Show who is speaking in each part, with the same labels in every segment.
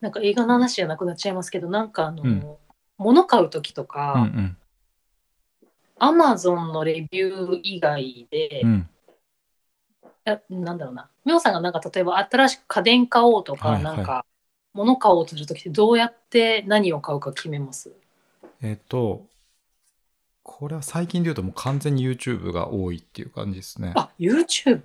Speaker 1: なんか映画の話じゃなくなっちゃいますけど、なんかあの、
Speaker 2: うん
Speaker 1: 物買うときとか、
Speaker 2: うんうん
Speaker 1: アマゾンのレビュー以外で、い
Speaker 2: うん
Speaker 1: やなんだろうな、みょうさんがなんか例えば新しく家電買おうとか、
Speaker 2: はいはい
Speaker 1: なんか物買おうとするときってどうやって何を買うか決めます
Speaker 2: えっとこれは最近で言うともう完全に YouTube が多いっていう感じですね。
Speaker 1: あ、YouTube?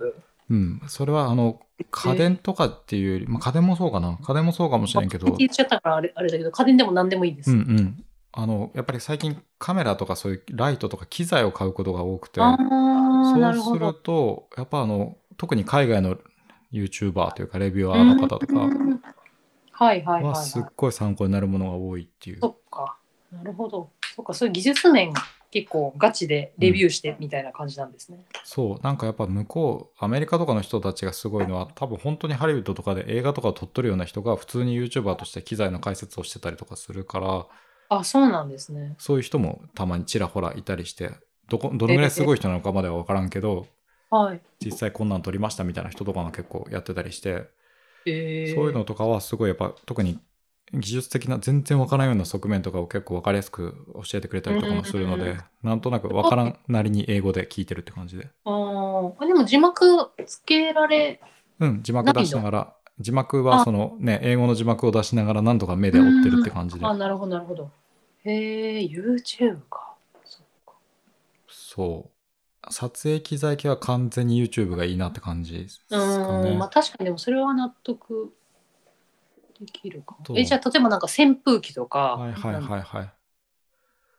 Speaker 2: うん、それはあの家電とかっていうより、まあ、家電もそうかな家電もそうかもしれんけど
Speaker 1: まあ言っちゃったからあれあれだけど、家電でも何でもいいです。
Speaker 2: うんうん、あのやっぱり最近カメラとかそういうライトとか機材を買うことが多くて
Speaker 1: ああ、なる
Speaker 2: そ
Speaker 1: ほ
Speaker 2: うする
Speaker 1: ど。
Speaker 2: とやっぱあの特に海外の YouTuber というかレビュアーの方とか
Speaker 1: うんはいはいはい、
Speaker 2: は
Speaker 1: はい。
Speaker 2: す
Speaker 1: そ
Speaker 2: っごい参考になるものが多いっていう。
Speaker 1: っか。なるほど。そっか、そういう技術面結構ガチでレビューしてみたいな感じなんですね。
Speaker 2: そうなんかやっぱ向こうアメリカとかの人たちがすごいのは多分本当にハリウッドとかで映画とかを撮っとるような人が普通に YouTuber として機材の解説をしてたりとかするから
Speaker 1: あ、そうなんですね。
Speaker 2: そういう人もたまにちらほらいたりしてどこどのぐらいすごい人なのかまでは分からんけど
Speaker 1: はい。
Speaker 2: 実際こんなん撮りましたみたいな人とかが結構やってたりして
Speaker 1: えー
Speaker 2: そういうのとかはすごいやっぱ特に技術的な全然わからんような側面とかを結構わかりやすく教えてくれたりとかもするの
Speaker 1: うんうん
Speaker 2: で
Speaker 1: う
Speaker 2: なんとなくわからんなりに英語で聞いてるって感じで
Speaker 1: あーあでも字幕つけられ
Speaker 2: うん字幕出しながら字幕はそのね英語の字幕を出しながらなんとか目で追ってるって感じで
Speaker 1: あなるほどなるほどへえ YouTube かそっか
Speaker 2: そう撮影機材系は完全に YouTube がいいなって感じです
Speaker 1: う
Speaker 2: か
Speaker 1: ーん、
Speaker 2: ね
Speaker 1: まあ確かにでもそれは納得できるかも
Speaker 2: そう
Speaker 1: えじゃあ例えばなんか扇風機とか、
Speaker 2: はいはいはいはい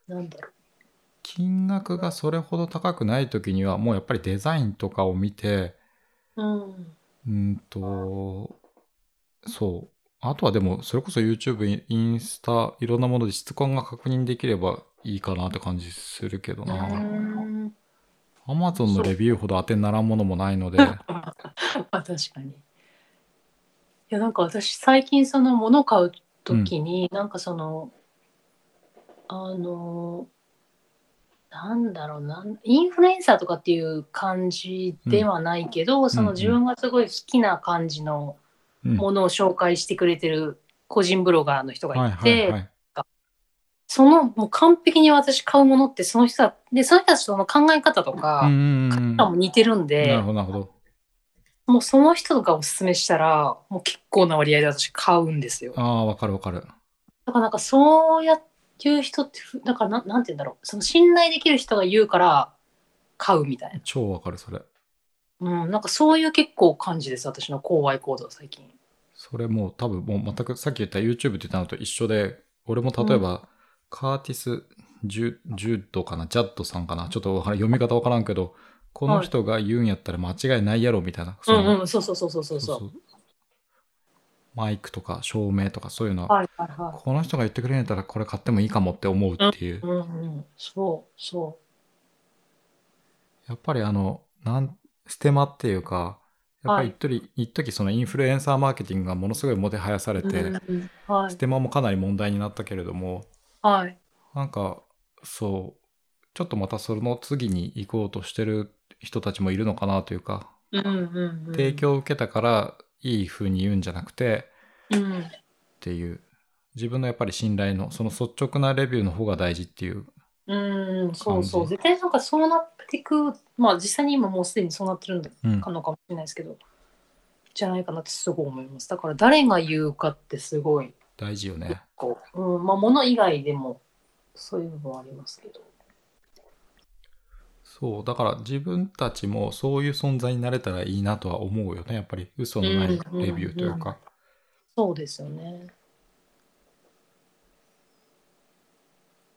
Speaker 1: なんなんだろう
Speaker 2: 金額がそれほど高くない時にはもうやっぱりデザインとかを見て
Speaker 1: うん
Speaker 2: うんとそうあとはでもそれこそ YouTube インスタいろんなもので質感が確認できればいいかなって感じするけど
Speaker 1: うー
Speaker 2: なん Amazon のレビューほど当てにならんものもないので
Speaker 1: あ確かにいやなんか私最近その物買う時に、なんかそのあのなんだろうなんインフルエンサーとかっていう感じではないけど、そ
Speaker 2: うんう
Speaker 1: の
Speaker 2: ん
Speaker 1: 自分がすごい好きな感じの
Speaker 2: うん
Speaker 1: ものを紹介してくれてる個人ブロガーの人が
Speaker 2: はい
Speaker 1: いて、
Speaker 2: はいはい
Speaker 1: そのもう完璧に私買うものってその人だでその人たちとの考え方とか、
Speaker 2: うんうんう
Speaker 1: 価値
Speaker 2: ん
Speaker 1: 観も似てるん
Speaker 2: な
Speaker 1: で
Speaker 2: るほどなるほど
Speaker 1: もうその人がおすすめしたらもう結構な割合で私買うんですよ
Speaker 2: ああわかるわかる
Speaker 1: だからなんかそうやっていう人ってふだからなんなんて言うんだろうその信頼できる人が言うから買うみたい
Speaker 2: 超わかるそれ
Speaker 1: な、うん、なんかそういう結構感じです私の購買行動最近
Speaker 2: それもう多分もう全くさっき言った YouTube って言ったのと一緒で俺も例えば、カーティス・ジュジュッドかなジャッドさんかなちょっとわからん読み方わからんけどこの人が言うんやったら間違いないやろみたいな、
Speaker 1: う
Speaker 2: その
Speaker 1: んうんそうそうそうそうそうそう
Speaker 2: マイクとか照明とかそういうのは、
Speaker 1: はいはいはい
Speaker 2: この人が言ってくれんやったらこれ買ってもいいかもって思うっていう、
Speaker 1: うんうんそうそ
Speaker 2: やっぱりあのなんステマっていうかやっぱり一時、一時そのインフルエンサーマーケティングがものすごいもてはやされ
Speaker 1: う、
Speaker 2: て、
Speaker 1: うんうん、は
Speaker 2: ス
Speaker 1: い
Speaker 2: テマもかなり問題になったけれども、
Speaker 1: はい
Speaker 2: なんかそうちょっとまたその次に行こうとしてる人たちもいるのかなというか、
Speaker 1: うんうんうん、
Speaker 2: 提供を受けたからいい風に言うんじゃなくて
Speaker 1: うん
Speaker 2: っていう自分のやっぱり信頼のその率直なレビューの方が大事っていう
Speaker 1: うん、そうそう。
Speaker 2: 感じ
Speaker 1: 絶対なんかそうなってく、まあ実際に今もうすでにそうなってるの
Speaker 2: うん
Speaker 1: かのかもしれないですけど、じゃないかなってすごい思います。だから誰が言うかってすごい、
Speaker 2: 大事よね
Speaker 1: こう、うん、まあ物以外でもそういうのもありますけど。
Speaker 2: そうだから自分たちもそういう存在になれたらいいなとは思うよねやっぱり嘘のないレビューというか、
Speaker 1: そうですよね。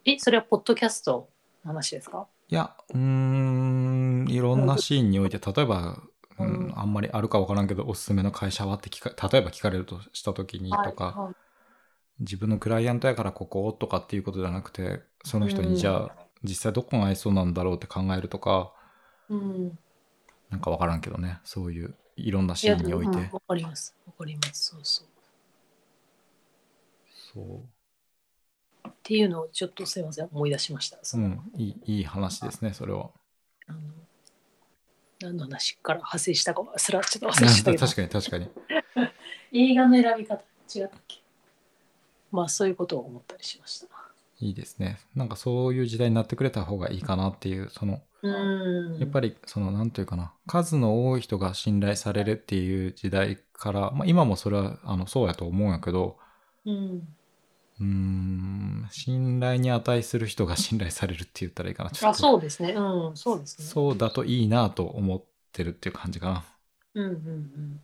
Speaker 1: え、それはポッドキャストの話ですか
Speaker 2: いやうーんいろんなシーンにおいて例えば、うん
Speaker 1: う、ん
Speaker 2: あんまりあるか分からんけどおすすめの会社はって聞か例えば聞かれるとした時にとか、
Speaker 1: はいはい
Speaker 2: 自分のクライアントやからこことかっていうことじゃなくてその人
Speaker 1: うん
Speaker 2: にじゃあ、実際どこが合いそうなんだろうって考えるとか
Speaker 1: うん、
Speaker 2: なんか分からんけどねそういういろんなシ
Speaker 1: や
Speaker 2: ーンにおいて、
Speaker 1: うんわかります。わかります。そうそう。
Speaker 2: そ、
Speaker 1: っていうのをちょっとすいません、思い出しました。そう
Speaker 2: う
Speaker 1: の
Speaker 2: ん、いいいい話ですねそれは。
Speaker 1: あの何の話から派生 したかすらちょっと忘れちゃったけど
Speaker 2: 確かに確かに。
Speaker 1: 映画の選び方違ったっけまあそういうことを思ったりしました。
Speaker 2: いいですね。なんかそういう時代になってくれた方がいいかなっていう、その、
Speaker 1: うん。
Speaker 2: やっぱりその、なんていうかな、数の多い人が信頼されるっていう時代から、まあ今もそれは、あの、そうやと思うんやけど、
Speaker 1: り。うん。
Speaker 2: うーん、信頼に値する人が信頼されるって言ったらいいかな。ちょっ
Speaker 1: あ、
Speaker 2: と
Speaker 1: そうですね。うん、そうですね。
Speaker 2: そうだといいなと思ってるっていう感じか
Speaker 1: う
Speaker 2: な。
Speaker 1: んうんうん。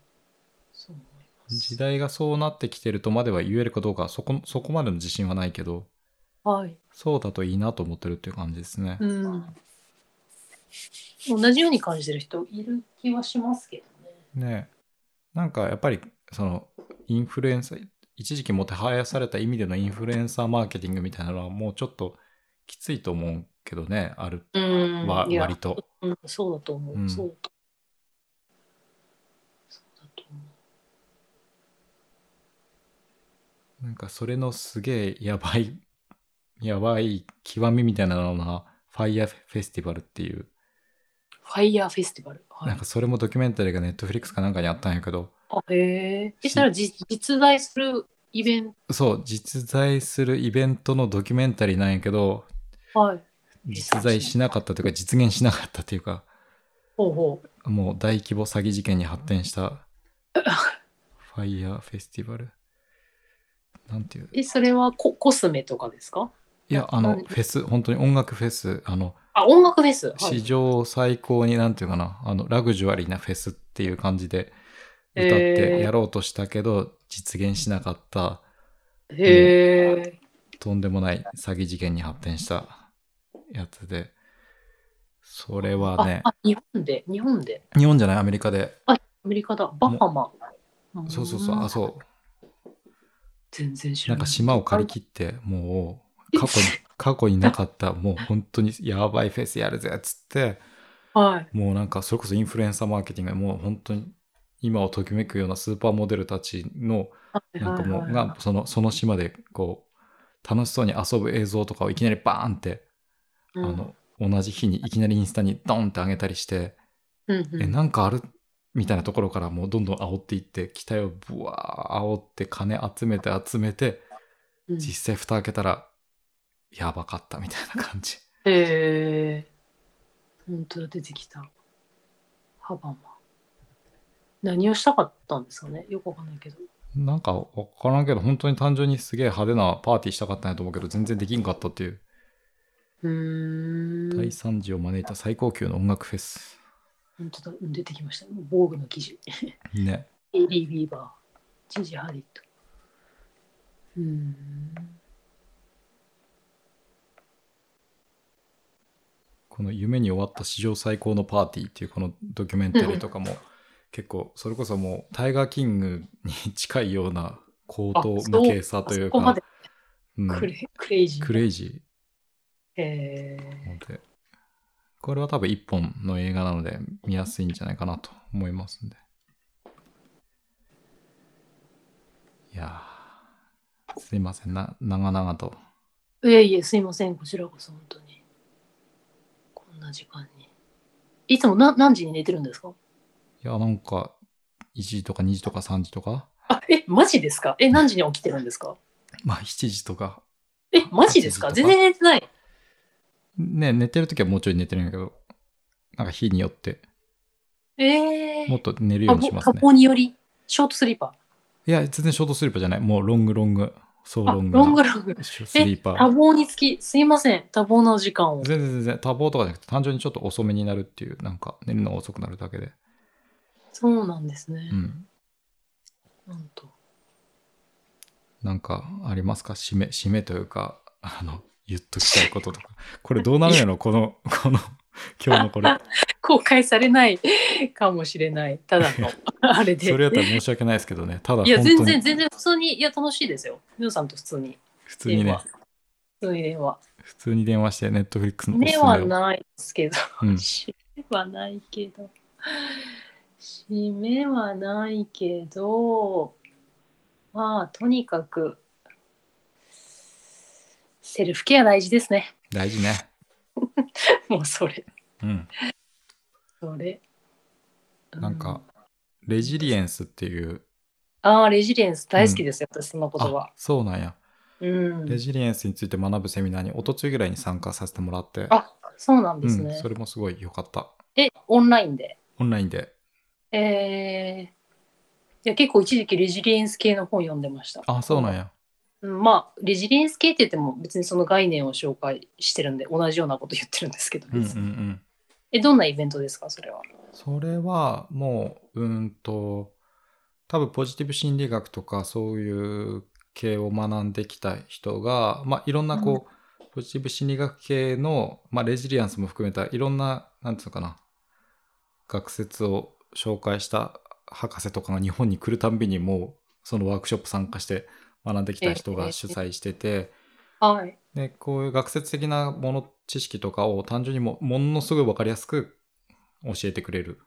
Speaker 1: そう思います。
Speaker 2: 時代がそうなってきてるとまでは言えるかどうか、そこ、そこまでの自信はないけど、
Speaker 1: はい。
Speaker 2: そうだといいなと思ってるっていう感じですね。
Speaker 1: うん。同じように感じてる人いる気はしますけどね。
Speaker 2: ねえなんかやっぱりそのインフルエンサー一時期もてはやされた意味でのインフルエンサーマーケティングみたいなのはもうちょっときついと思うけどねある
Speaker 1: うん
Speaker 2: わ
Speaker 1: いや
Speaker 2: 割と
Speaker 1: うん、そうだと思う。
Speaker 2: うん
Speaker 1: そうだとそうだと思う。
Speaker 2: なんかそれのすげえやばいやばい極みみたいなのがファイヤーフェスティバルっていう
Speaker 1: ファイヤーフェスティバル。は
Speaker 2: なん
Speaker 1: い
Speaker 2: か。それもドキュメンタリーがネットフリックスかなんかにあったんやけど
Speaker 1: あへえ。そしたらじ実在するイベン
Speaker 2: そう実在するイベントのドキュメンタリーなんやけど
Speaker 1: ト。はい。
Speaker 2: 実在しなかったというか実現しなかったというか
Speaker 1: ほうほう。
Speaker 2: もう大規模詐欺事件に発展したファイヤーフェスティバル。なんていう。
Speaker 1: え、それはココスメとかですか
Speaker 2: いや、あの、
Speaker 1: 何
Speaker 2: フェス、本当に音楽フェス、あの、
Speaker 1: あ、音楽フェス。はい、
Speaker 2: 史上最高に、なんていうかな、あの、ラグジュアリーなフェスっていう感じで歌っ
Speaker 1: へ
Speaker 2: て
Speaker 1: ー
Speaker 2: やろうとしたけど、実現しなかった、
Speaker 1: へえ。
Speaker 2: とんでもない詐欺事件に発展したやつで、それはね
Speaker 1: あ、、あ日本で、日本で。
Speaker 2: 日本じゃない、アメリカで。
Speaker 1: アメリカだ。バハマ。ん
Speaker 2: そうそうそう、あ、そう。
Speaker 1: 全然知
Speaker 2: な
Speaker 1: ら
Speaker 2: ん
Speaker 1: ない。
Speaker 2: か島を借り切って、もう、過去に、 過去になかった、もう本当にやばいフェスやるぜっつって、
Speaker 1: はい。
Speaker 2: もうなんか、それこそインフルエンサーマーケティングがもう本当に、今をときめくようなスーパーモデルたちの、
Speaker 1: はい
Speaker 2: なんかも
Speaker 1: は
Speaker 2: う、
Speaker 1: いはい
Speaker 2: が、その、その島で、こう、楽しそうに遊ぶ映像とかをいきなりバーンって、あ
Speaker 1: うん
Speaker 2: の、同じ日にいきなりインスタにドンって上げたりして、
Speaker 1: うんうん
Speaker 2: え、なんかあるみたいなところからもうどんどん煽っていって、期待をブワー煽って、金集めて集めて、
Speaker 1: うん
Speaker 2: 実際蓋開けたらやばかったみたいな感じ
Speaker 1: へえ。本当だ、出てきた。ハバマ。何をしたかったんですかねよくわかんないけど。
Speaker 2: なんかわからんけど本当に単純にすげえ派手なパーティーしたかったんやと思うけど全然できんかったっていう
Speaker 1: うーん
Speaker 2: 大。惨事を招いた最高級の音楽フェス
Speaker 1: 本当だ、うん出てきました。防具の記事。
Speaker 2: ね
Speaker 1: エリー・ビーバー、ジジ・ハリット。うーん。
Speaker 2: この「夢に終わった史上最高のパーティー」っていうこのドキュメンタリーとかも結構それこそもうタイガーキングに近いような高等無形さという
Speaker 1: あそこま
Speaker 2: か
Speaker 1: で
Speaker 2: うん
Speaker 1: クレ,、クレイジー。
Speaker 2: クレイジ
Speaker 1: え
Speaker 2: ーなのでこれは多分一本の映画なので見やすいんじゃないかなと思いますんでいやーすいませんな長々と
Speaker 1: ーいえいえ、すいません。こちらこそ、本当に。こんな時間に。いつもな何時に寝てるんですか
Speaker 2: いやなんか1時とか2時とか3時とか
Speaker 1: あ、え、マジですかえ、何時に起きてるんですか
Speaker 2: まあ7時とか
Speaker 1: え、マジですか
Speaker 2: 8時と
Speaker 1: 全
Speaker 2: か
Speaker 1: 然寝てない。
Speaker 2: ね寝てる時はもうちょい寝てるんやけどなんか日によって
Speaker 1: ええ
Speaker 2: もっ
Speaker 1: ー。
Speaker 2: と寝るよ
Speaker 1: 多
Speaker 2: うにし
Speaker 1: 忙
Speaker 2: ま
Speaker 1: 多
Speaker 2: すね
Speaker 1: 忙により、ショートスリーパ
Speaker 2: いや全然ショートスリーパーじゃないもうロングロングそう
Speaker 1: ー。あ
Speaker 2: ロング
Speaker 1: ロング
Speaker 2: な
Speaker 1: ロング。
Speaker 2: ショス
Speaker 1: え、
Speaker 2: リーパ
Speaker 1: 多
Speaker 2: ー
Speaker 1: 忙につき、すいません。多忙な時間を。
Speaker 2: 全然全然多忙とかじゃなくて単純にちょっと遅めになるっていうなんか寝るのが遅くなるだけで
Speaker 1: そうなんですね
Speaker 2: う。ん
Speaker 1: なんと。
Speaker 2: なんかありますか締め、締めというか、あの、言っときたいこととか。 これどうなるんやろこの、 この、今日のこれ。
Speaker 1: 公開されないかもしれないただのあ れで
Speaker 2: それやったら申し訳ないですけどね。ただ、
Speaker 1: いや
Speaker 2: 本
Speaker 1: 全
Speaker 2: 当
Speaker 1: 然
Speaker 2: に、
Speaker 1: 全然普通にいや楽しいですよ皆さんと普通に
Speaker 2: 普通にね、
Speaker 1: 普通に電話
Speaker 2: 普通に電話して、ネットフリックスのおすす
Speaker 1: で
Speaker 2: め
Speaker 1: は
Speaker 2: を。
Speaker 1: ないですけど、
Speaker 2: うん
Speaker 1: 締めはないけど締めはないけどまあとにかくセルフケア大事ですね
Speaker 2: 大事ね。
Speaker 1: もうそれ
Speaker 2: うん。
Speaker 1: それう
Speaker 2: なんか、レジリエンスっていう。
Speaker 1: ああレジリエンス大好きですよ、私その言葉
Speaker 2: あ、そうなんや。
Speaker 1: うん
Speaker 2: レ。ジリエンスについて学ぶセミナーに一昨日ぐらいに参加させてもらって、
Speaker 1: あ、そうなんです
Speaker 2: うん、
Speaker 1: ね
Speaker 2: そ。れもすごい良かった。
Speaker 1: え、オンラインで。
Speaker 2: オンラインで。
Speaker 1: えー、いや結構一時期レジリエンス系の本読んでました。
Speaker 2: あ、そうなんや。
Speaker 1: うんまあレジリエンス系って言っても別にその概念を紹介してるんで同じようなこと言ってるんですけど、
Speaker 2: うんうんう
Speaker 1: 別に
Speaker 2: ん。
Speaker 1: えどんなイベントですかそれは。
Speaker 2: それはもう、うーんと、多分ポジティブ心理学とかそういう系を学んできた人が、まあ、いろんなこう、ポジティブ心理学系の、まあ、レジリアンスも含めたいろんな、なんていうのかな、学説を紹介した博士とかが日本に来るたんびにもう、そのワークショップ参加して学んできた人が主催してて、
Speaker 1: はい。
Speaker 2: でこういう学説的なもの知識とかを単純にもものすごい分かりやすく教えてくれる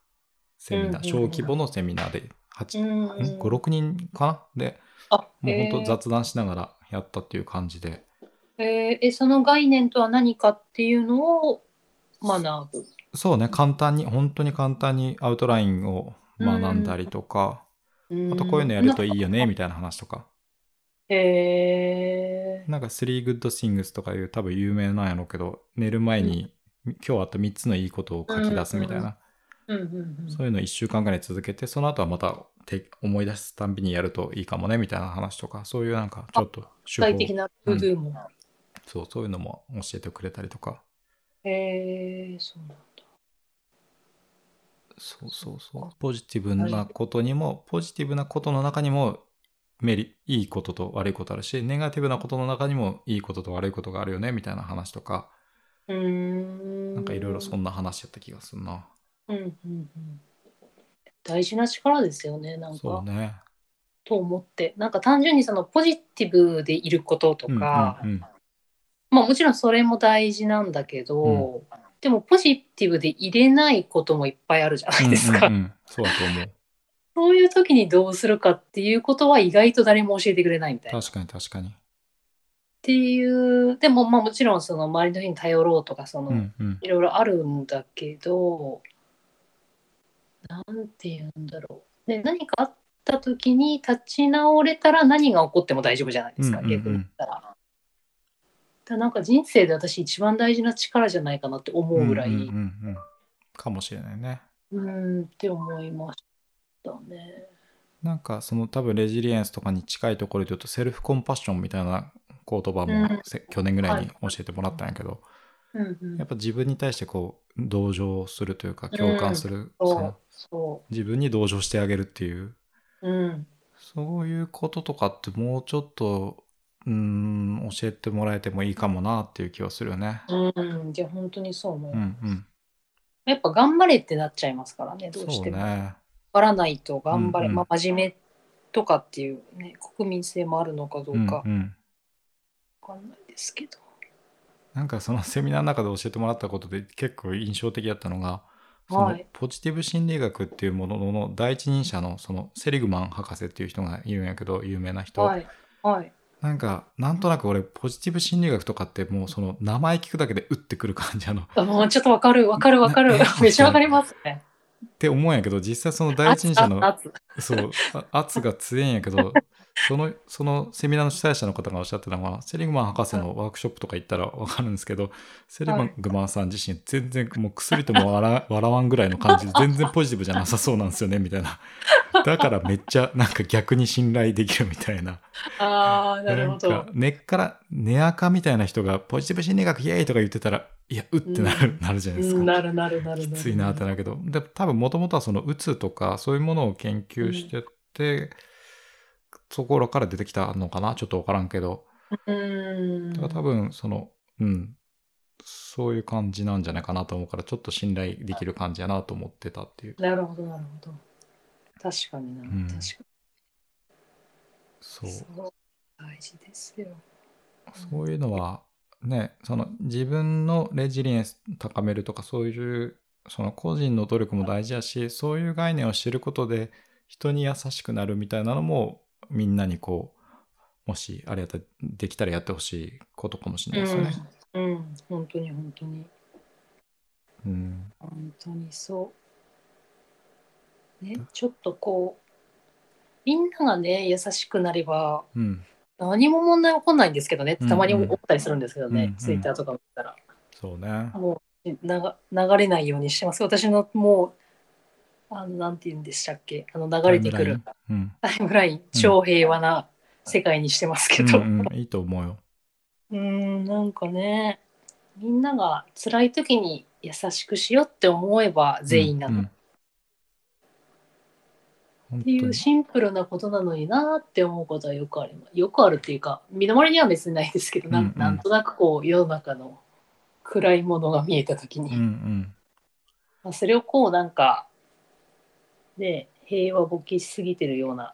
Speaker 2: セミナー、
Speaker 1: うんうんうん
Speaker 2: 小規模のセミナーで
Speaker 1: う
Speaker 2: 8
Speaker 1: ん。
Speaker 2: ん56人かなで
Speaker 1: あ
Speaker 2: もう
Speaker 1: え
Speaker 2: 本
Speaker 1: ー
Speaker 2: 当雑談しながらやったっていう感じで、
Speaker 1: えーえその概念とは何かっていうのを学ぶ。
Speaker 2: そうね簡単に本当に簡単にアウトラインを学んだりとか、あとこういうのやるといいよねみたいな話とか、
Speaker 1: へえ
Speaker 2: なんか3 good things とかいう多分有名なんやろうけど寝る前に、今日あと3つのいいことを書き出すみたいな。
Speaker 1: うんうんうん
Speaker 2: そういうの1週間ぐらい続けて、その後はまたて思い出すたんびにやるといいかもねみたいな話とか、そういうなんかちょっと
Speaker 1: 具
Speaker 2: 手
Speaker 1: 体的なルールも。
Speaker 2: そう、そういうのも教えてくれたりとか。
Speaker 1: へえそうなんだ。
Speaker 2: そうそうそう。ポジティブなことにも、ポジティブなことの中にも、メリいいことと悪いことあるし、ネガティブなことの中にもいいことと悪いことがあるよねみたいな話とか、
Speaker 1: うーん。
Speaker 2: なんかいろいろそんな話やった気がするな。
Speaker 1: うんうんうん大事な力ですよねなん
Speaker 2: そ
Speaker 1: か、
Speaker 2: うね。
Speaker 1: と思ってなんか単純にそのポジティブでいることと
Speaker 2: うんうん
Speaker 1: か、
Speaker 2: うん
Speaker 1: まあもちろんそれも大事なんだけど、でもポジティブでいれないこともいっぱいあるじゃないですか、
Speaker 2: うんうんうんそうだと思う。
Speaker 1: そういう時にどうするかっていうことは意外と誰も教えてくれないみたいな。っ
Speaker 2: 確かに確かに。
Speaker 1: ていうでもまあもちろんその周りの人に頼ろうとかその、
Speaker 2: うんうん。
Speaker 1: いろいろあるんだけどなんて言うんだろう、ね、何かあった時に立ち直れたら何が起こっても大丈夫じゃないですか、
Speaker 2: うんうんうん
Speaker 1: 逆に言ったら。だからなんか人生で私一番大事な力じゃないかなって思うぐらい、
Speaker 2: ん
Speaker 1: うん
Speaker 2: んうんうんかもしれないね
Speaker 1: んって思いましたね。
Speaker 2: なんかその多分レジリエンスとかに近いところで言うとセルフコンパッションみたいな言葉
Speaker 1: うん
Speaker 2: もせ、去年ぐらいに教えてもらったんやけど、
Speaker 1: うんうん
Speaker 2: やっぱ自分に対してこう同情するというか共感する、そ
Speaker 1: そう
Speaker 2: の
Speaker 1: そ
Speaker 2: 自分に同情してあげるっていう
Speaker 1: う、うん、
Speaker 2: そういうこととかってもうちょっとうーん教えてもらえてもいいかもなっていう気はするよね。
Speaker 1: うん、じゃ本当にそう思う、
Speaker 2: うんうん、
Speaker 1: やっぱ頑張れってなっちゃいますからね、どうし
Speaker 2: そう
Speaker 1: ても。
Speaker 2: ね。
Speaker 1: 頑張らないと頑張れ、
Speaker 2: うんうん
Speaker 1: まあ、真面目とかっていう、ね、国民性もあるのかどうかわ
Speaker 2: うんうん
Speaker 1: かんないですけど。
Speaker 2: なんかそのセミナーの中で教えてもらったことで結構印象的だったのが、そ
Speaker 1: は
Speaker 2: の
Speaker 1: い
Speaker 2: ポジティブ心理学っていうものの第一人者のそのセリグマン博士っていう人がいるんやけど有名な人、
Speaker 1: はい、はい、
Speaker 2: なんかなんとなく俺ポジティブ心理学とかってもうその名前聞くだけで打ってくる感じあのっ
Speaker 1: あもうちょっとわかるわかるわかる
Speaker 2: ね
Speaker 1: めっちゃわかります ね。
Speaker 2: て思うんやけど実際その第一人者の
Speaker 1: 熱々
Speaker 2: そうあ圧が強いんやけどそのそのセミナーの主催者の方がおっしゃってたのはセリグマン博士のワークショップとか行ったら分かるんですけど、セリグマンさん自身全然もう薬とも笑笑わんぐらいの感じで全然ポジティブじゃなさそうなんですよねみたいなだからめっちゃなんか逆に信頼できるみたいな
Speaker 1: ああなるほど。
Speaker 2: んか根っから根垢みたいな人がポジティブ心理学イエーイとか言ってたらいやうってなる,、なるじゃな
Speaker 1: う
Speaker 2: いですか。
Speaker 1: んなるなるなるる。
Speaker 2: きついなってなるけどで多分もともとはそのうつとかそういうものを研究してて、そこらから出てきたのかなちょっと分からんけど
Speaker 1: うん
Speaker 2: だから多分そのうんそういう感じなんじゃないかなと思うからちょっと信頼できる感じやなと思ってたっていう
Speaker 1: なるほどなるほど。確かにな、
Speaker 2: うん
Speaker 1: 確か
Speaker 2: そう
Speaker 1: にそう大事ですよ。
Speaker 2: そういうのはねその自分のレジリエンス高めるとかそういうその個人の努力も大事やしそういう概念を知ることで人に優しくなるみたいなのもみんなにこうもしあれやったらできたらやってほしいことかもしれないですよね。
Speaker 1: うん、うん、本当に本当に。
Speaker 2: うん
Speaker 1: 本当にそう。ね、ちょっとこうみんながね優しくなれば
Speaker 2: うん
Speaker 1: 何も問題起こんないんですけどねってたまに
Speaker 2: うんう
Speaker 1: 思
Speaker 2: ん
Speaker 1: ったりするんですけどね、
Speaker 2: うんうん
Speaker 1: ツイッターとか見たら。
Speaker 2: そうね。
Speaker 1: もうな流れないようにしてます。私のもう、あのなんて言うんでしたっけ、あの流れてくる
Speaker 2: うん。
Speaker 1: タイムライン、超平和な世界にしてますけど、
Speaker 2: う
Speaker 1: うんん、
Speaker 2: うんいいと思うよ。
Speaker 1: なんかね、みんなが辛い時に優しくしようって思えば全員な
Speaker 2: うんう
Speaker 1: の
Speaker 2: ん
Speaker 1: っ
Speaker 2: 本当
Speaker 1: ていう
Speaker 2: に
Speaker 1: シンプルなことなのになって思うことはよくあります。よくあるっていうか、身の回りには別にないですけど、な
Speaker 2: うん
Speaker 1: ん
Speaker 2: うん
Speaker 1: なんとなくこう世の中の暗いものが見えた時に。
Speaker 2: うんうん。
Speaker 1: まあそれをこうなんかね平和ボケしすぎてるような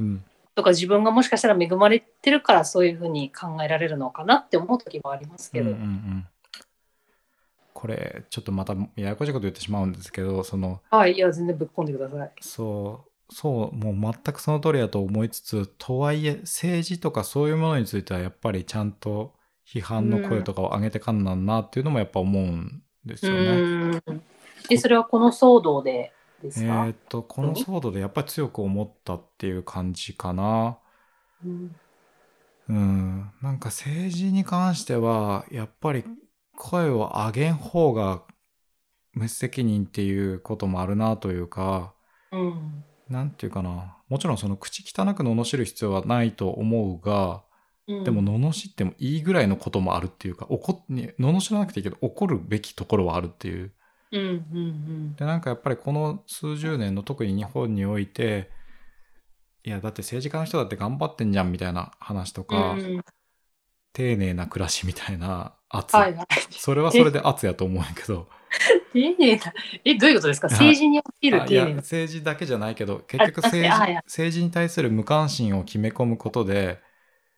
Speaker 2: うん。
Speaker 1: とか自分がもしかしたら恵まれてるからそういうふうに考えられるのかなって思う時もあります
Speaker 2: うん
Speaker 1: け
Speaker 2: うんう
Speaker 1: ど、
Speaker 2: ん。これ、ちょっとまたややこしいこと言ってしまうんですけど、その、
Speaker 1: はいいや全然ぶっ込んでください。
Speaker 2: そう、そう、もう全くその通りだと思いつつ、とはいえ、政治とかそういうものについては、やっぱりちゃんと批判の声とかを上げてかんなんなっていうのもやっぱ思うんです
Speaker 1: う
Speaker 2: よね。
Speaker 1: んでそれはこの騒動でで
Speaker 2: え
Speaker 1: すか、
Speaker 2: ーっと、この騒動でやっぱり強く思ったっていう感じかな。
Speaker 1: うん
Speaker 2: うん、なんか政治に関してはやっぱり声を上げん方が無責任っていうこともあるなというか
Speaker 1: うん
Speaker 2: なんていうかなもちろんその口汚く罵る必要はないと思うが
Speaker 1: うん、
Speaker 2: でも罵ってもいいぐらいのこともあるっていうか怒っに罵らなくていいけど怒るべきところはあるっていう
Speaker 1: うんうん
Speaker 2: でなんかやっぱりこの数十年の特に日本においていやだって政治家の人だって頑張ってんじゃんみたいな話と
Speaker 1: う
Speaker 2: か、
Speaker 1: んうん
Speaker 2: 丁寧な暮らしみたいな圧、
Speaker 1: はいはい。
Speaker 2: それはそれで圧やと思うんやけ ど
Speaker 1: 丁寧な。え、どういうことですか政治における
Speaker 2: あい
Speaker 1: 丁
Speaker 2: や
Speaker 1: 寧な。
Speaker 2: 政治だけじゃないけど結局
Speaker 1: あ確かに
Speaker 2: 政
Speaker 1: あい
Speaker 2: 治
Speaker 1: や
Speaker 2: 政治に対する無関心を決め込むことで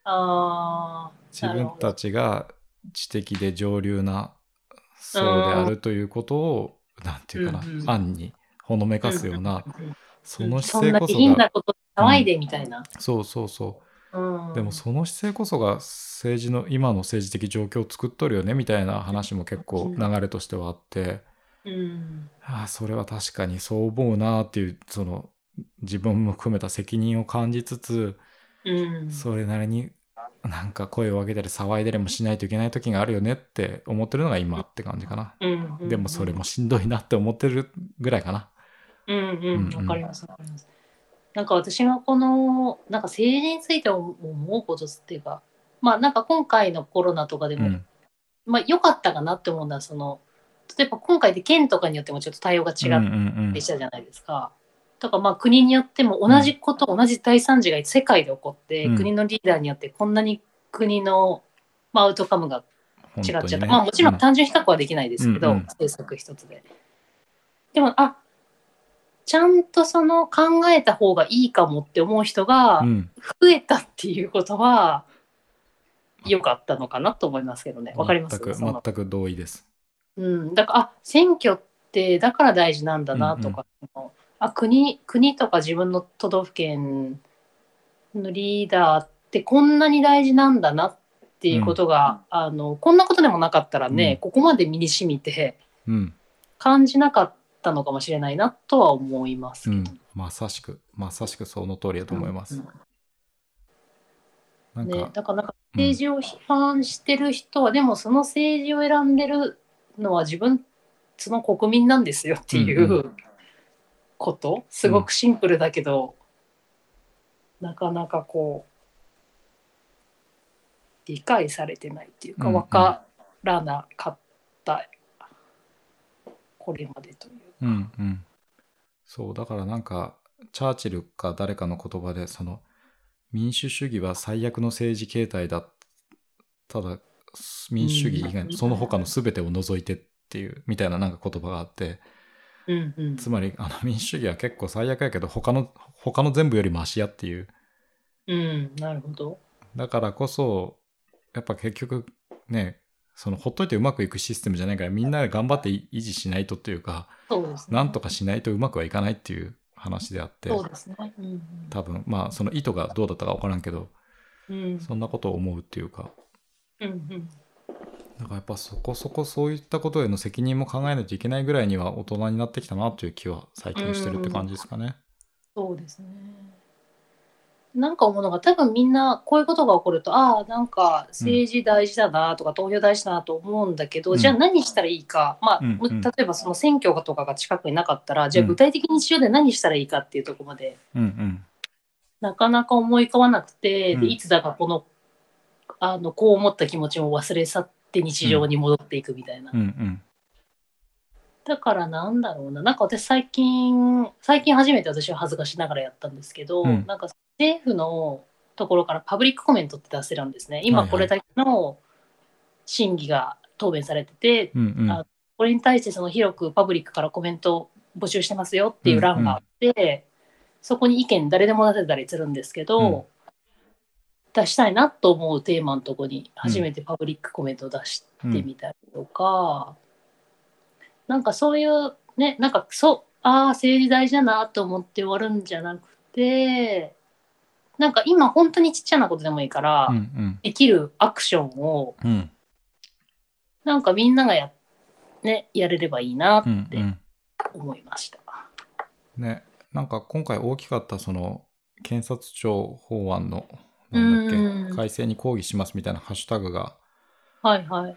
Speaker 1: あ
Speaker 2: 自分たちが知的で上流な層であるということをなんていうかな、
Speaker 1: うんうん
Speaker 2: 暗にほのめ
Speaker 1: あ。
Speaker 2: かすような、そ
Speaker 1: うん
Speaker 2: の
Speaker 1: そ
Speaker 2: 姿
Speaker 1: んな
Speaker 2: 勢こ
Speaker 1: 下
Speaker 2: そ
Speaker 1: 品
Speaker 2: が
Speaker 1: なこと騒いでみたいな。
Speaker 2: そうそうそう
Speaker 1: うん、
Speaker 2: でもその姿勢こそが政治の今の政治的状況を作っとるよねみたいな話も結構流れとしてはあって。
Speaker 1: うん
Speaker 2: ああそれは確かにそう思うなっていうその自分も含めた責任を感じつつ、
Speaker 1: うん、
Speaker 2: それなりになんか声を上げたり騒いだりもしないといけない時があるよねって思ってるのが今って感じかな、
Speaker 1: うんうん
Speaker 2: でもそれもしんどいなって思ってるぐらいかな
Speaker 1: うん
Speaker 2: うん
Speaker 1: うんわかりますわかりますなんか私がこのなんか政治について思うことっていうかまあなんか今回のコロナとかで
Speaker 2: う
Speaker 1: も、
Speaker 2: ん
Speaker 1: まあ良かったかなって思うのはその例えば今回で県とかによってもちょっと対応が違
Speaker 2: うんう
Speaker 1: っ
Speaker 2: ん
Speaker 1: てしたじゃないですか。とかまあ国によっても同じこと、同じ大惨事が世界で起こって、
Speaker 2: うん
Speaker 1: 国のリーダーによってこんなに国の、まあ、アウトカムが
Speaker 2: うん
Speaker 1: 違っちゃった、
Speaker 2: 本当にね
Speaker 1: まあもちろん単純比較はできないですけど、
Speaker 2: うんうん
Speaker 1: 政策一つででもあちゃんとその考えた方がいいかもって思う人が
Speaker 2: うんうん
Speaker 1: 増えたっていうことは良かったのかなと思いますけどねわかります
Speaker 2: 全く
Speaker 1: その
Speaker 2: 全く同意です
Speaker 1: うん、だからあ選挙ってだから大事なんだなとか、そのあ国国とか自分の都道府県のリーダーってこんなに大事なんだなっていうことが、あのこんなことでもなかったらね、
Speaker 2: うん
Speaker 1: ここまで身に染みて
Speaker 2: うん
Speaker 1: 感じなかったのかもしれないなとは思います
Speaker 2: う
Speaker 1: けど。
Speaker 2: んまさしくまさしくその通りだと思います、
Speaker 1: うん
Speaker 2: なんか、
Speaker 1: ね、だからなんか
Speaker 2: うん
Speaker 1: 政治を批判してる人は、でもその政治を選んでるのは自分その国民なんですよってい
Speaker 2: んう
Speaker 1: ううことすごくシンプルだけど、なかなかこう理解されてないっていう
Speaker 2: う
Speaker 1: か
Speaker 2: んうん
Speaker 1: 分からなかった、これまでという。
Speaker 2: うんうん、そうだからなんかチャーチルか誰かの言葉でその民主主義は最悪の政治形態だただ民主主義以外
Speaker 1: うん
Speaker 2: その他の全てを除いてっていうみたいななんか言葉があって
Speaker 1: うんうん
Speaker 2: つまりあの民主主義は結構最悪やけど他の他の全部よりマシやっていう
Speaker 1: うん、なるほど。
Speaker 2: だからこそやっぱ結局ねそのほっといてうまくいくシステムじゃないからみんなで頑張って維持しないとっていうか
Speaker 1: そうですね。
Speaker 2: なんとかしないとうまくはいかないっていう話であって
Speaker 1: そうですね。うんうん
Speaker 2: 多分まあその意図がどうだったか分からんけど
Speaker 1: うん
Speaker 2: そんなことを思うっていうか
Speaker 1: うんうん
Speaker 2: だからやっぱそこそこそういったことへの責任も考えないといけないぐらいには大人になってきたなという気は最近してるって感じですかね。
Speaker 1: そうですね。なんか思うのが多分みんなこういうことが起こるとああなんか政治大事だなとか投票大事だなと思うんだけど、
Speaker 2: うん
Speaker 1: じゃあ何したらいいか、まあ
Speaker 2: うんうん
Speaker 1: 例えばその選挙とかが近くになかったら、じゃあ
Speaker 2: うん
Speaker 1: 具体的に一応で何したらいいかっていうところまで
Speaker 2: うん
Speaker 1: なかなか思い浮かばなくて、
Speaker 2: うん
Speaker 1: でいつだかこのあのこう思った気持ちも忘れ去って日常に戻っていくみたいな。
Speaker 2: うんうんうん
Speaker 1: だからなんだろうな、なんか私最近、最近初めて私は恥ずかしながらやったんですけど、
Speaker 2: うん
Speaker 1: なんか政府のところからパブリックコメントって出せるんですね。今
Speaker 2: はいはい
Speaker 1: これだけの審議が答弁されてて、
Speaker 2: うんうん
Speaker 1: あこれに対してその広くパブリックからコメントを募集してますよっていう欄があって、そこに意見誰でも出せたりするんですけど、
Speaker 2: うん
Speaker 1: 出したいなと思うテーマのとこに初めてパブリックコメントを出してみたりとか、なんかそういうねなんかそうああ政治大事だなと思って終わるんじゃなくてなんか今本当にちっちゃなことでもいいから、
Speaker 2: うんうん
Speaker 1: できるアクションを
Speaker 2: うん
Speaker 1: なんかみんながや,、ね、やれればいいなっ
Speaker 2: うんう
Speaker 1: て
Speaker 2: ん
Speaker 1: 思いました。
Speaker 2: ねなんか今回大きかったその検察庁法案の
Speaker 1: う
Speaker 2: なんだっけ、
Speaker 1: ん
Speaker 2: 改正に抗議しますみたいなハッシュタグが
Speaker 1: はいはい。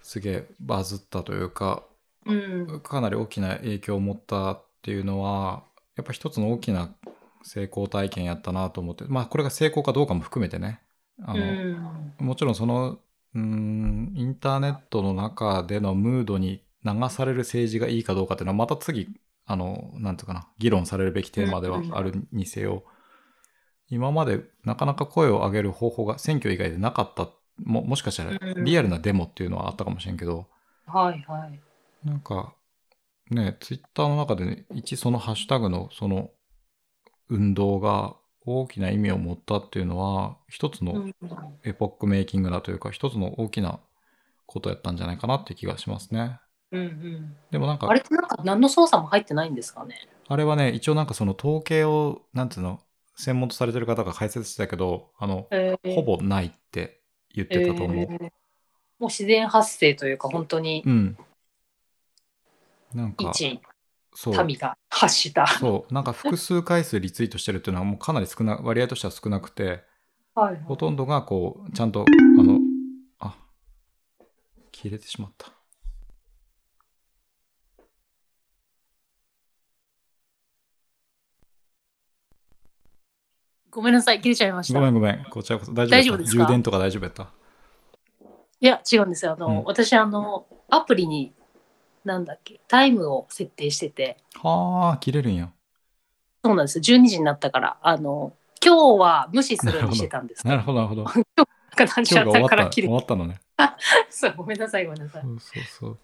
Speaker 2: すげえバズったというか
Speaker 1: うん。
Speaker 2: かなり大きな影響を持ったっていうのはやっぱ一つの大きな成功体験やったなと思ってまあこれが成功かどうかも含めてねあ
Speaker 1: う
Speaker 2: の、
Speaker 1: ん。
Speaker 2: もちろんそのうーんインターネットの中でのムードに流される政治がいいかどうかっていうのはまた次あのなんていうかな議論されるべきテーマではあるにせよ今までなかなか声を上げる方法が選挙以外でなかったももしかしたら
Speaker 1: うん
Speaker 2: リアルなデモっていうのはあったかもしれんけど
Speaker 1: はいはい。
Speaker 2: なんかねツイッターの中で、ね、一そのハッシュタグのその運動が大きな意味を持ったっていうのは一つの
Speaker 1: うん
Speaker 2: エポックメイキングだというか一つの大きなことやったんじゃないかなって気がしますね。
Speaker 1: うんうん。
Speaker 2: でもなんか
Speaker 1: あれってなんか何の操作も入ってないんですかね。
Speaker 2: あれはね一応なんかその統計をなんていうの専門とされてる方が解説してたけどあの、
Speaker 1: えー
Speaker 2: ほぼないって言ってたと思う。
Speaker 1: えーもう自然発生というか本当に
Speaker 2: うん。なんか
Speaker 1: 一
Speaker 2: そう
Speaker 1: 民が発した。
Speaker 2: そうなんか複数回数リツイートしてるっていうのはもうかなり少な割合としては少なくて
Speaker 1: はい
Speaker 2: ほ
Speaker 1: は
Speaker 2: とんどがこうちゃんとあのあ切れてしまった。
Speaker 1: い。ごめんなさい切れちゃいまし
Speaker 2: ご
Speaker 1: た。
Speaker 2: め
Speaker 1: い
Speaker 2: んごめんこちらこそ大
Speaker 1: 大
Speaker 2: 丈
Speaker 1: 丈
Speaker 2: 夫
Speaker 1: 夫
Speaker 2: で
Speaker 1: ですす
Speaker 2: か
Speaker 1: か
Speaker 2: 充電とか大丈夫やった
Speaker 1: や違うんですよ。あの、
Speaker 2: うん
Speaker 1: 私あのアプリになんだっけタイムを設定してて
Speaker 2: はあ、切れるんや。
Speaker 1: そうなんですよ12時になったからあの今日は無視するようにしてたんですけ
Speaker 2: なるほど、なる ほど。
Speaker 1: どなんか
Speaker 2: 今日が終わっ
Speaker 1: から
Speaker 2: た、
Speaker 1: 切
Speaker 2: 終
Speaker 1: れ
Speaker 2: わったのね。
Speaker 1: そうごめんなさいごめんなさい
Speaker 2: そ。うそうそう。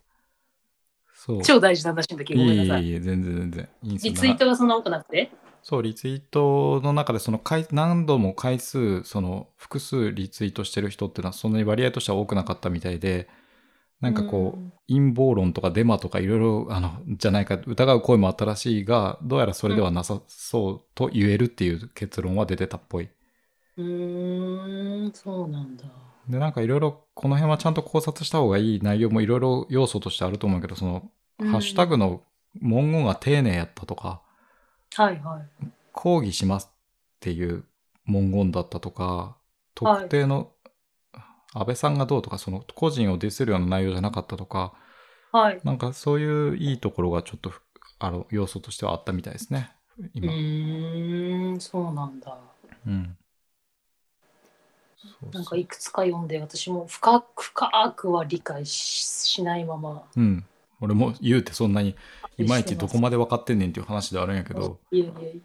Speaker 2: そう。
Speaker 1: 超大事な話の時
Speaker 2: い
Speaker 1: ごめん
Speaker 2: い
Speaker 1: なさ
Speaker 2: い
Speaker 1: い。
Speaker 2: いいい全然全然。いいんすよ
Speaker 1: リツイートがそんな多くなくて。
Speaker 2: そう、リツイートの中で、その回、何度も回数、その、複数リツイートしてる人っていうのは、そんなに割合としては多くなかったみたいで、なんかこう、陰謀論とかデマとかいろいろ、あの、じゃないか、疑う声もあったらしいが、どうやらそれではなさそうと言えるっていう結論は出てたっぽい。
Speaker 1: うん。うーん、そうなんだ。
Speaker 2: でなんかいろいろこの辺はちゃんと考察した方がいい内容もいろいろ要素としてあると思うけどその
Speaker 1: うん
Speaker 2: ハッシュタグの文言が丁寧やったとか
Speaker 1: はいはい。
Speaker 2: 抗議しますっていう文言だったとか
Speaker 1: はい
Speaker 2: 特定の安倍さんがどうとかその個人をディスるような内容じゃなかったとか
Speaker 1: はい。
Speaker 2: なんかそういういいところがちょっとあの要素としてはあったみたいですね
Speaker 1: う
Speaker 2: 今。
Speaker 1: ーん、そうなんだ。
Speaker 2: うんそう
Speaker 1: なん
Speaker 2: そ
Speaker 1: か
Speaker 2: う
Speaker 1: いくつか読んで、私も深く、深くは理解ししないまま。
Speaker 2: うん、俺も言うてそんなにいまいちどこ
Speaker 1: ま
Speaker 2: まで分かってんねんっていう話ではあるんやけど。
Speaker 1: いやいやいや。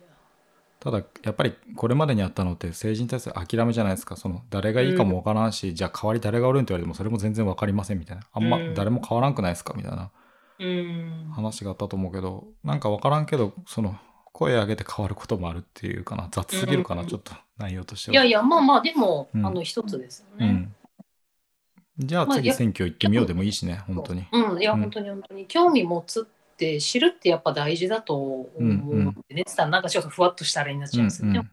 Speaker 2: ただやっぱりこれまでにあったのって政治に対する諦めじゃないですかその誰がいいかも分からんし、じゃあ代わり誰がおるんって言われてもそれも全然分かりませんみたいなあんま
Speaker 1: うん
Speaker 2: 誰も変わらんくないですかみたいな
Speaker 1: うーん。
Speaker 2: 話があったと思うけどなんか分からんけどその声上げて変わることもあるっていうかな雑すぎるかな、
Speaker 1: うん
Speaker 2: ちょっと内容として
Speaker 1: い
Speaker 2: は
Speaker 1: やいや、まあまあ、でも、
Speaker 2: うん
Speaker 1: あの、一つですよ
Speaker 2: う
Speaker 1: ね。
Speaker 2: ん、じゃあ
Speaker 1: まあ
Speaker 2: 次
Speaker 1: やっ
Speaker 2: 選挙行ってみようでもいいしね本当に
Speaker 1: うん、いや、
Speaker 2: うん
Speaker 1: 本当に本当に。興味持つって、知るってやっぱ大事だと思うんで
Speaker 2: うん
Speaker 1: ね。
Speaker 2: うん
Speaker 1: って言ったらなんかちょっとふわっとしたあれになっちゃい
Speaker 2: うん
Speaker 1: ますけど、で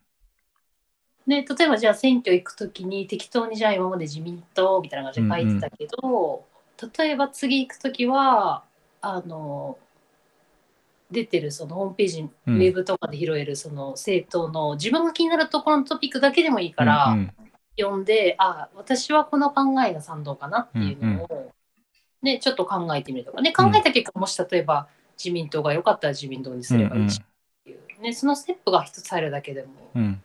Speaker 1: 例えばじゃあ選挙行くときに適当にじゃあ今まで自民党みたいな感じで書いてたけど、例えば次行くときはあの出てるそのホームページ、
Speaker 2: うん
Speaker 1: ウェブとかで拾えるその生徒の自分が気になるところのトピックだけでもいいから、
Speaker 2: うんうん
Speaker 1: 読んであ私はこの考えが賛同かなっていうのを、ね、ちょっと考えてみるとかね考えた結果、もし例えば自民党が良かったら自民党にすればいいしっていう、ね、そのステップが一つ入るだけでも
Speaker 2: うんうん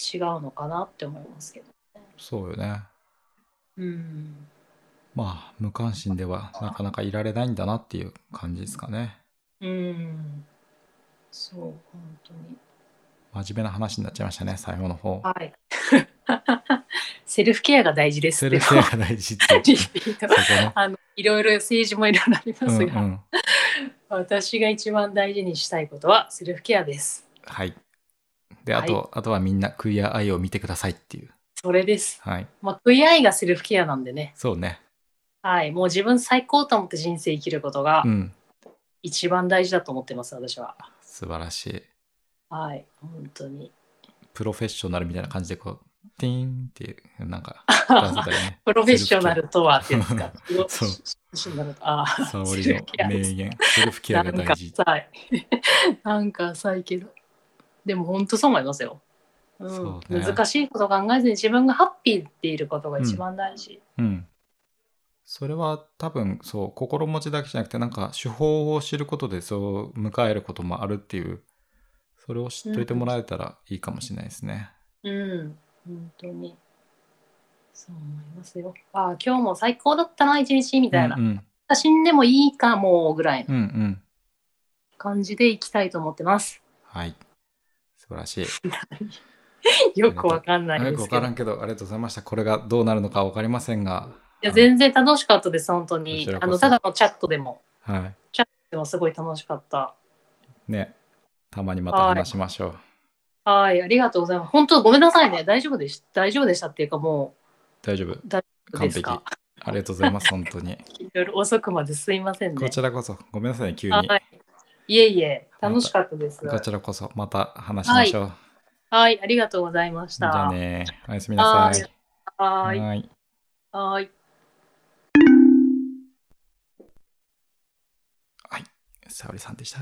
Speaker 1: 違うのかなって思いますけど。
Speaker 2: そうよね
Speaker 1: うん
Speaker 2: まあ無関心ではなかなかいられないんだなっていう感じですかね
Speaker 1: うんそう本当に
Speaker 2: 真面目な話になっちゃいましたね最後の方
Speaker 1: はい セルフケアが大事です
Speaker 2: セ
Speaker 1: っ
Speaker 2: ル
Speaker 1: て
Speaker 2: フケアが大事って
Speaker 1: リ
Speaker 2: そ
Speaker 1: ピート
Speaker 2: こね
Speaker 1: あの いろいろ政治もいろいろありま
Speaker 2: うん
Speaker 1: す
Speaker 2: う
Speaker 1: が、
Speaker 2: ん
Speaker 1: 私が一番大事にしたいことはセルフケアです
Speaker 2: はいであと、あとはみんなクイアアイを見てくださいっていう
Speaker 1: それです
Speaker 2: はい
Speaker 1: まあ、VI がセルフケアなんでね、
Speaker 2: そうね
Speaker 1: はい、もう自分最高と思って人生生きることが
Speaker 2: うん
Speaker 1: 一番大事だと思ってます、私は。
Speaker 2: 素晴らしい
Speaker 1: はい、本当に。
Speaker 2: プロフェッショナルみたいな感じでこうティーンっていうなんか出せたり ね
Speaker 1: プロフェッショナルとはってやつか。プロ
Speaker 2: そう
Speaker 1: フェッショナルとああ、
Speaker 2: 沙織の名言セルフケア
Speaker 1: な
Speaker 2: が
Speaker 1: ん
Speaker 2: 大
Speaker 1: か
Speaker 2: 事
Speaker 1: 浅い。 なんか浅いけど。でも本当そう思いますよ。うん
Speaker 2: そうね
Speaker 1: 難しいこと考えずに自分がハッピーっていることが一番大事。
Speaker 2: うん。それは多分そう心持ちだけじゃなくてなんか手法を知ることでそう迎えることもあるっていうそれを知っといてもらえたらいいかもしれないですね。
Speaker 1: うん、本当に。そう思いますよ。ああ、今日も最高だったな、一日み
Speaker 2: うん
Speaker 1: た
Speaker 2: う
Speaker 1: いな。
Speaker 2: ん
Speaker 1: 死んでもいいかもぐらいの
Speaker 2: うんうん。
Speaker 1: 感じでいきたいと思ってます。
Speaker 2: はい。素晴らしい。
Speaker 1: よくわかんない
Speaker 2: よ
Speaker 1: で
Speaker 2: くわ
Speaker 1: すけ
Speaker 2: か
Speaker 1: ど。
Speaker 2: ら
Speaker 1: い
Speaker 2: んけどありがとうございました。これがどうなるのかわかりませんが。
Speaker 1: や全然楽しかったです、本当
Speaker 2: こ
Speaker 1: に
Speaker 2: ちら。こ
Speaker 1: あ
Speaker 2: そ
Speaker 1: のただのチャットでも、
Speaker 2: は
Speaker 1: でもすごい楽しかった。
Speaker 2: い。ね。たまにまた話しましょう。
Speaker 1: はい、ありがとうございます。本当ごめんなさいね。大丈夫でした。大丈夫でしたっていうかも
Speaker 2: 大丈夫。
Speaker 1: う
Speaker 2: 完
Speaker 1: です
Speaker 2: 璧。
Speaker 1: か
Speaker 2: あ。りがとうございます。本 当に。
Speaker 1: いろいろ遅くまですいません
Speaker 2: こ
Speaker 1: ね。
Speaker 2: ちらこそ。ごめんなさいね、急に。
Speaker 1: はい。いえいえ、楽しかったです。
Speaker 2: こちらこそ。また話しましょう。
Speaker 1: はい、ありがとうございまし
Speaker 2: じゃあ
Speaker 1: た。
Speaker 2: ね。おやすみなさい。
Speaker 1: はい、
Speaker 2: はい。
Speaker 1: はい。
Speaker 2: 沙織さんでした。